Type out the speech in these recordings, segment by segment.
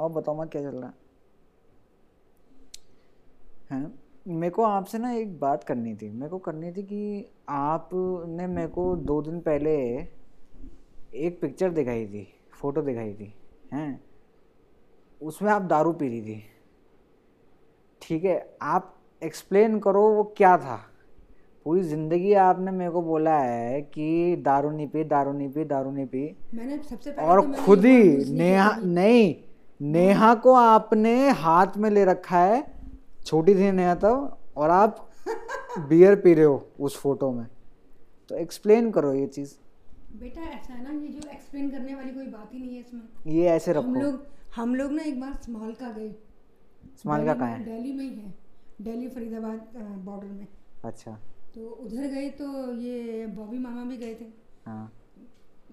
और बताओ मैं क्या चल रहा है हैं मेरे को आपसे ना एक बात करनी थी मेरे को करनी थी कि आपने मेरे को दो दिन पहले एक पिक्चर दिखाई थी फोटो दिखाई थी हैं उसमें आप दारू पी रही थी ठीक है आप एक्सप्लेन करो वो क्या था पूरी ज़िंदगी आपने मेरे को बोला है कि दारू नहीं पी दारू नहीं पी दारू नहीं पी मैंने सबसे पहले और तो मैंने खुद ये ही बात दूसरी की नेहा थी। नहीं नेहा को आपने हाथ में ले रखा है छोटी थी नेहा तब और आप बियर पी रहे हो उस फोटो में तो एक्सप्लेन करो ये चीज़ बेटा ऐसा है ना ये जो एक्सप्लेन करने वाली कोई बात ही नहीं है इसमें ये ऐसे हम रखो लोग हम लोग ना एक बार स्मॉल का गए इस्माइल का दिल्ली कहाँ में- है दिल्ली में ही है दिल्ली फरीदाबाद बॉर्डर में अच्छा तो उधर गए तो ये बॉबी मामा भी गए थे हाँ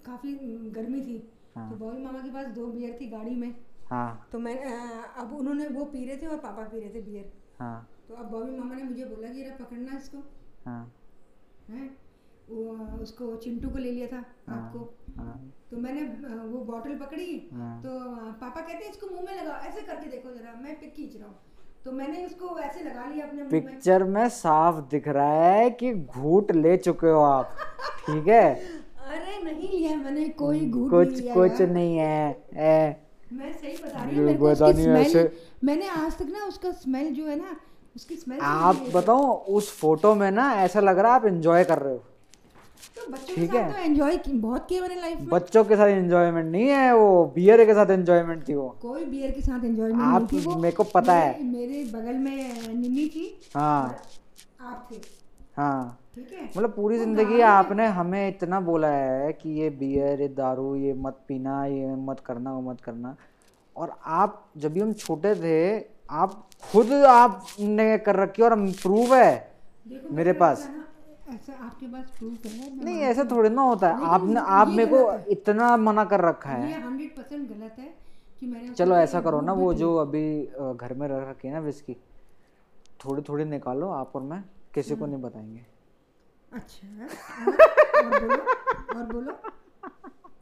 काफ़ी गर्मी थी हाँ। तो बॉबी मामा के पास दो बियर थी गाड़ी में हाँ तो मैं अ, अब उन्होंने वो पी रहे थे और पापा पी रहे थे बियर हाँ तो अब बॉबी मामा ने मुझे बोला कि अरे पकड़ना इसको हाँ हैं वो- उसको चिंटू को ले लिया था हाँ आपको हाँ तो मैंने अ, वो बॉटल पकड़ी हाँ तो अ, पापा कहते हैं इसको मुंह में लगाओ ऐसे करके देखो जरा मैं पिक खींच रहा हूँ तो मैंने उसको ऐसे लगा लिया अपने मुंह में पिक्चर में साफ दिख रहा है कि घूंट ले चुके हो आप ठीक है अरे नहीं लिया मैंने कोई घूट नहीं हम्म, कुछ लिया कुछ यार। नहीं है ए, मैं सही बता रही ये हूँ मेरे को पता उसकी नहीं स्मेल ऐसे- मैंने आज तक ना उसका स्मेल जो है ना उसकी स्मेल आप बताओ उस फोटो में ना ऐसा लग रहा है आप एंजॉय कर रहे हो तो बच्चों के ठीक साथ है। तो एंजॉय बहुत किया मैंने लाइफ में बच्चों के साथ एंजॉयमेंट नहीं है वो बियर के साथ एंजॉयमेंट थी वो कोई बियर के साथ एंजॉयमेंट नहीं आप थी वो मेरे को पता मेरे- है। मेरे बगल में निमी थी और हाँ आप थे हाँ ठीक है मतलब पूरी वो जिंदगी गाने- आपने हमें इतना बोला है कि ये बियर ये दारू ये मत पीना ये मत करना वो मत करना और आप जब भी हम छोटे थे आप खुद आपने कर रखी है और प्रूव है देखो मेरे को पास ऐसा ना- ऐसा आपके पास प्रूफ है मैं नहीं मानती ऐसा थोड़े ना होता है लेकिन आपने आप ये मेरे को गलत इतना मना कर रखा हूँ। है ये हंड्रेड परसेंट गलत है कि मैंने उसको चलो ऐसा एक करो ना घूंट भी वो पी- जो अभी अ, घर में रख रखी है ना विस्की थोड़ी थोड़ी निकालो आप और मैं किसी को नहीं बताएंगे अच्छा और और बोलो और बोलो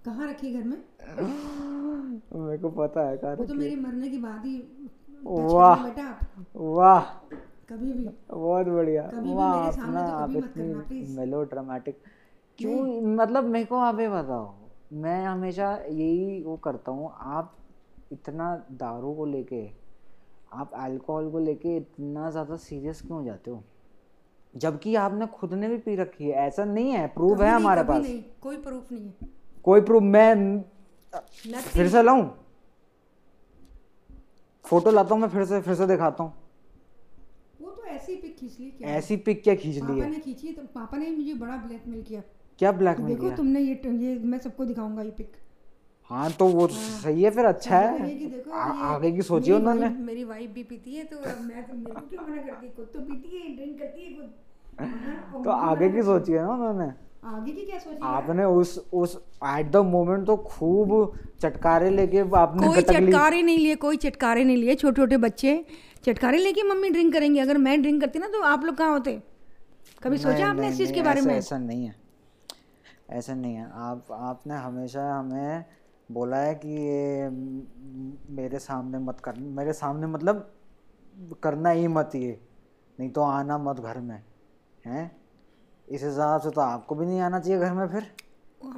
कहाँ रखी घर में मेरे को पता है वो तो कारण मेरे मरने के बाद ही टच वाह। करना बेटा आप वाह कभी भी बहुत बढ़िया कभी भी वाह मेरे आप सामने ना तो आप कभी मत करना इतनी प्लीज मेलो ड्रामेटिक क्यों मतलब मेरे को आप ये बताओ मैं हमेशा यही वो करता हूँ आप इतना दारू को लेके आप अल्कोहल को लेके इतना ज़्यादा सीरियस क्यों हो जाते हो जबकि आपने खुद ने भी पी रखी है ऐसा नहीं है प्रूफ है हमारे कभी पास नहीं कोई प्रूफ नहीं है कोई प्रूफ मैं फिर नथिंग से लाऊं फोटो लाता हूँ मैं फिर से फिर से दिखाता हूँ वो तो ऐसे ही पिक खींच ली क्या ऐसी पिक क्या खींच ली पापा है ने खींची तो पापा ने मुझे बड़ा ब्लैकमेल किया क्या कि ब्लैकमेल देखो किया तुमने ये ये मैं सबको दिखाऊंगा ये पिक हाँ तो वो तो सही है फिर अच्छा है सब बोलेंगे कि देखो आ, ये आगे की सोची मेरी उन्होंने वाइफ मेरी वाइफ भी पीती है तो अब मैं तो मेरे को क्यों मना करती है खुद तो पीती है ड्रिंक करती है खुद हाँ, तो और मुझे आगे मना की सोची है ना उन्होंने कर- आगे की क्या सोची यार? आपने उस उस एट द मोमेंट तो खूब चटकारे लेके आपने कोई गटक ली चटकारे नहीं लिए कोई चटकारे नहीं लिए छोटे छोटे बच्चे चटकारे लेके मम्मी ड्रिंक करेंगी अगर मैं ड्रिंक करती ना तो आप लोग कहाँ होते कभी नहीं, सोचा आपने नहीं, इस चीज़ के नहीं, बारे ऐसा में ऐसा नहीं है ऐसा नहीं है आप आपने हमेशा हमें बोला है कि ये म- मेरे सामने मत कर मेरे सामने मतलब करना ही मत ये नहीं तो आना मत घर में हैं इस हिसाब से तो आपको भी नहीं आना चाहिए घर में फिर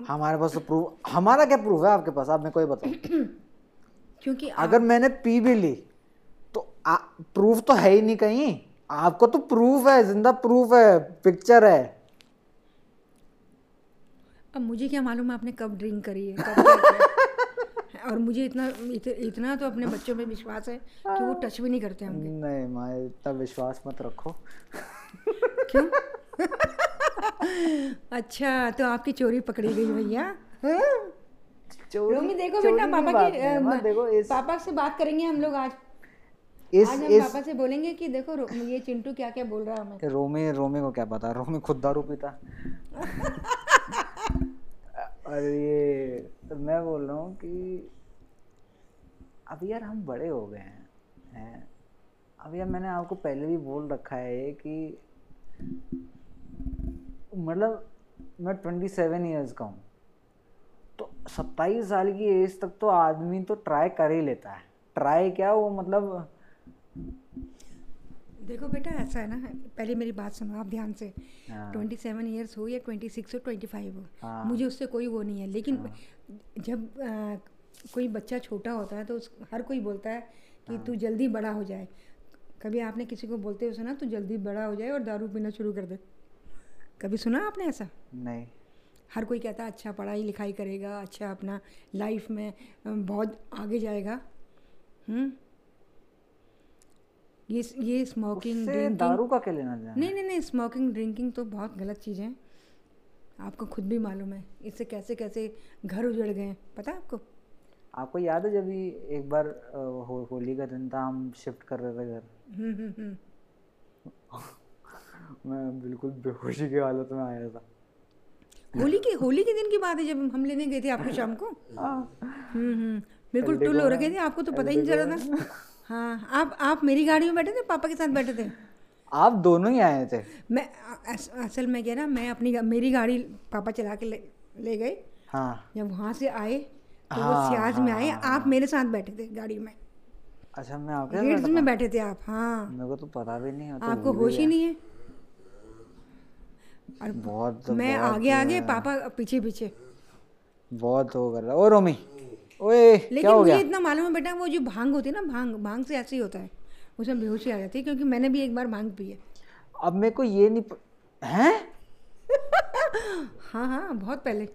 हमारे पास तो प्रूफ हमारा क्या प्रूफ है आपके पास आप मेरे को ही बताओ क्योंकि अगर मैंने पी भी ली तो प्रूफ तो है ही नहीं कहीं आपको तो प्रूफ है जिंदा प्रूफ है पिक्चर है अब मुझे क्या मालूम है आपने कब ड्रिंक करी है कब क्या किया है। और मुझे इतना इत, इतना तो अपने बच्चों में विश्वास है कि वो टच भी नहीं करते हम नहीं माँ इतना विश्वास मत रखो क्यों अच्छा तो आपकी चोरी पकड़ी गई भैया चोरी- रोमी देखो चोरी बेटा की बात पापा की नहीं है, अ, माँ, म- देखो इस पापा से बात करेंगे हम लोग आज इस आज हम इस पापा से बोलेंगे कि देखो रो- ये चिंटू क्या क्या बोल रहा है हमें रोमे रोमे को क्या पता रोमे खुद दारू पीता और ये तो मैं बोल रहा हूँ कि अब यार हम बड़े हो गए हैं हैं? अब यार मैंने आपको पहले भी बोल रखा है ये कि मतलब मैं ट्वेंटी सेवन ईयर्स का हूँ तो सत्ताईस साल की एज तक तो आदमी तो ट्राई कर ही लेता है ट्राई क्या वो मतलब देखो बेटा ऐसा है ना पहले मेरी बात सुनो आप ध्यान से हाँ, ट्वेंटी सेवन ईयर्स हो या ट्वेंटी सिक्स हो ट्वेंटी फाइव हो हाँ। मुझे उससे कोई वो नहीं है लेकिन जब आ, कोई बच्चा छोटा होता है तो उस हर कोई बोलता है हाँ। कि तू जल्दी बड़ा हो जाए कभी आपने किसी को बोलते हुए सुना तू जल्दी बड़ा हो जाए और दारू पीना शुरू कर दे कभी सुना आपने ऐसा नहीं हर कोई कहता है अच्छा पढ़ाई लिखाई करेगा अच्छा अपना लाइफ में अम, बहुत आगे जाएगा हम्म ये ये स्मोकिंग उससे दारू का क्या लेना देना नहीं नहीं नहीं स्मोकिंग ड्रिंकिंग तो बहुत गलत चीज़ है आपको खुद भी मालूम है इससे कैसे कैसे घर उजड़ गए हैं, पता है आपको आपको याद है जब भी एक बार अ, हो, होली का दिन था हम शिफ्ट कर रहे थे घर हम्म, हम्म, हम्म। मैं बिल्कुल बेहोशी की हालत में आया था होली के होली के दिन की बात है जब हम लेने गए थे आपको शाम को हाँ, हम्म, हम्म, बिल्कुल टुल हो रखे थे आपको तो पता ही नहीं चला था हाँ आप आप मेरी गाड़ी में बैठे थे पापा के साथ बैठे थे आप दोनों ही आए थे मैं अ- अस- असल में क्या ना मैं अपनी गा- मेरी गाड़ी पापा चला के ले, ले गए हाँ जब वहाँ से आए तो हाँ, वो सियाज में आए आप मेरे साथ बैठे थे गाड़ी में अच्छा मैं आपके साथ गेट्स में बैठे थे आप हाँ मेरे को तो पता भी नहीं होता आपको होश ही नहीं है और तो बहुत मैं आगे आगे पापा पीछे पीछे बहुत हो कर रहा ओ रोमी ओए क्या लेकिन हो मुझे गया इतना मालूम है बेटा वो जो भांग होती है ना भांग भांग से ऐसे ही होता है उसमें बेहोशी आ जाती है क्योंकि मैंने भी एक बार भांग पी है अब मेरे को ये नहीं प... हैं हाँ हाँ बहुत पहले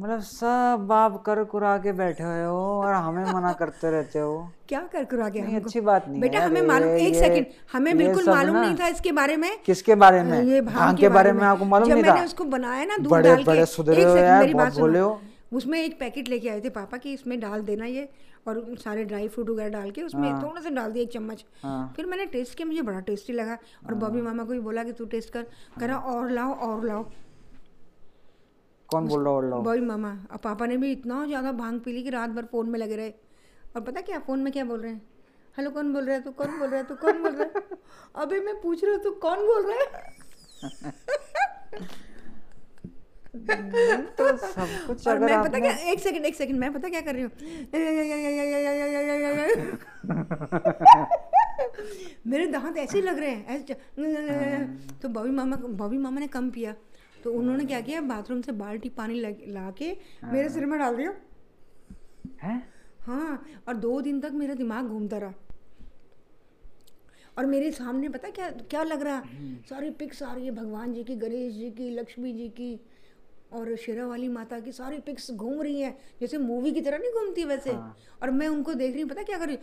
मतलब सब आप कर कुरा के बैठे हुए हो और हमें मना करते रहते हो क्या कर करा गया नहीं हमको अच्छी बात नहीं बेटा है हमें अरे मालूम एक ये- सेकंड हमें ये बिल्कुल सब मालूम ना- नहीं था इसके बारे में किसके बारे में ये भांग के बारे में आपको मालूम जब नहीं मैंने था उसको बनाया ना दूध बड़े- डाल के बड़े सुधरे एक हो सेकंड, यार, मेरी बहुत बात सुनो। भोले हो। उसमें एक पैकेट लेके आए थे पापा कि इसमें डाल देना ये और सारे ड्राई फ्रूट वगैरह डाल के उसमें थोड़ा सा डाल दिया एक चम्मच हाँ। फिर मैंने टेस्ट किया मुझे बड़ा टेस्टी लगा और बॉबी मामा को भी बोला कि तू टेस्ट कर कह रहा और लाओ और लाओ कौन बोल रहा बोल रहा बॉबी मामा और पापा ने भी इतना ज़्यादा भांग पी ली कि रात भर फ़ोन में लगे रहे और पता क्या फ़ोन में क्या बोल रहे हैं हेलो कौन बोल रहा है तू कौन बोल रहा है तू कौन बोल रहा है अबे मैं पूछ रहा हूँ तू कौन बोल रहा है तो सब कुछ और अगर मैं पता आपने क्या एक सेकंड एक सेकंड मैं पता क्या कर रही हूँ मेरे दांत ऐसे ही लग रहे हैं ऐसे तो बॉबी मामा बॉबी मामा ने कम पिया तो उन्होंने क्या किया बाथरूम से बाल्टी पानी लग- ला के मेरे सिर में डाल दिया हैं हाँ और दो दिन तक मेरा दिमाग घूमता रहा और मेरे सामने पता क्या क्या लग रहा सारी पिक्स आ रही है भगवान जी की गणेश जी की लक्ष्मी जी की और शेरावाली माता की सारी पिक्स घूम रही हैं जैसे मूवी की तरह नहीं घूमती वैसे और मैं उनको देख रही हूँ पता क्या कर रही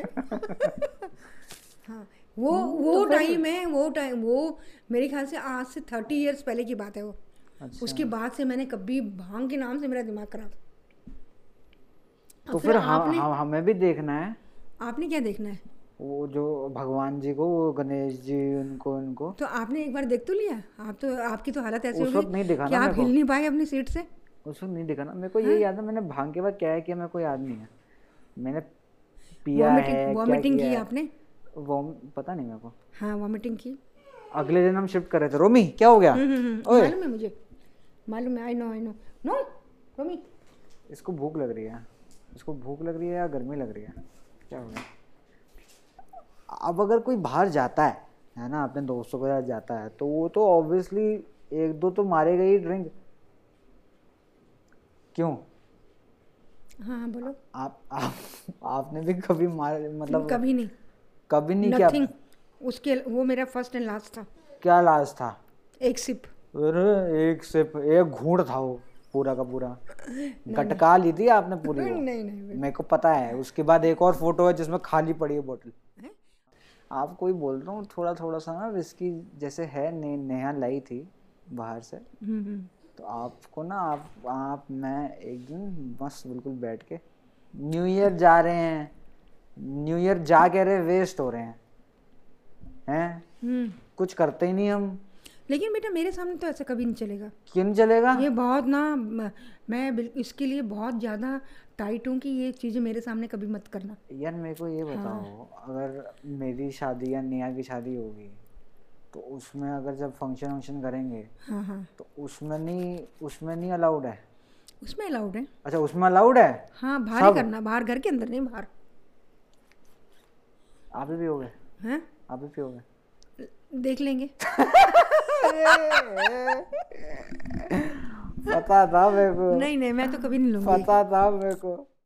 हूँ? हाँ वो वो टाइम है वो टाइम वो मेरे ख्याल से आज से थर्टी इयर्स पहले की बात है वो उसके बाद से मैंने कभी भांग के नाम से मेरा दिमाग खराब तो फिर हम हम- हमें भी देखना है आपने क्या देखना है वो जो भगवान जी को वो गणेश जी उनको उनको तो आपने एक बार देख तो लिया आप तो आपकी तो हालत ऐसी उस हो वक्त नहीं गई दिखा कि ना आप मेरे को हिल नहीं पाए अपनी सीट से उस वक्त नहीं दिखा ना मेरे को ये याद है मैंने भांग के बाद क्या है किया मेरे को याद नहीं है मैंने पिया है क्या वॉमिटिंग वॉमिटिंग की किया है आपने वॉम पता नहीं मेरे को हाँ वॉमिटिंग की अगले दिन हम शिफ्ट कर रहे थे रोमी क्या हो गया हम्म, हम्म, हम्म, ओए। मालूम है मुझे मालूम है I know I know no Romi इसको भूख लग रही है इसको भूख लग रही है या गर्मी लग रही है क्या हो गया अब अगर कोई बाहर जाता है है ना अपने दोस्तों के साथ जाता है तो वो तो ऑब्वियसली एक दो तो मारेगा ही ड्रिंक क्यों हाँ हाँ बोलो आप आप आपने भी कभी मार मतलब कभी नहीं कभी नहीं किया नथिंग उसके वो मेरा फर्स्ट एंड लास्ट था क्या लाज था एक सिप अरे एक सिप एक घूंट था वो पूरा का पूरा गटका ली थी आपने पूरी वो। नहीं नहीं नहीं मेरे को पता है उसके बाद एक और फोटो है जिसमें खाली पड़ी है बोतल हैं? आप कोई बोल रहा हूँ थोड़ा थोड़ा सा ना विस्की जैसे है ने, नेहा लाई थी बाहर से हम्म, हम्म। तो आपको ना आप आप मैं एक दिन मस्त बिल्कुल बैठ के न्यू ईयर जा रहे हैं न्यू ईयर जा कह रहे वेस्ट हो रहे हैं हैं हम्म। कुछ करते ही नहीं हम लेकिन बेटा मेरे सामने तो ऐसा कभी नहीं चलेगा क्यों नहीं चलेगा ये बहुत ना म- मैं बिल- इसके लिए बहुत ज़्यादा टाइट हूँ कि ये चीज़ें मेरे सामने कभी मत करना यार मेरे को ये बताओ अगर मेरी शादी या नेहा की शादी होगी तो उसमें अगर जब फंक्शन वंक्शन करेंगे हाँ हाँ तो उसमें नहीं उसमें नहीं अलाउड है उसमें अलाउड है अच्छा उसमें अलाउड है हाँ बाहर ही करना बाहर घर के अंदर नहीं बाहर आप भी पियोगे हैं आप भी पियोगे देख लेंगे पता था मेरे को नहीं नहीं मैं तो कभी नहीं लूँगी पता था मेरे को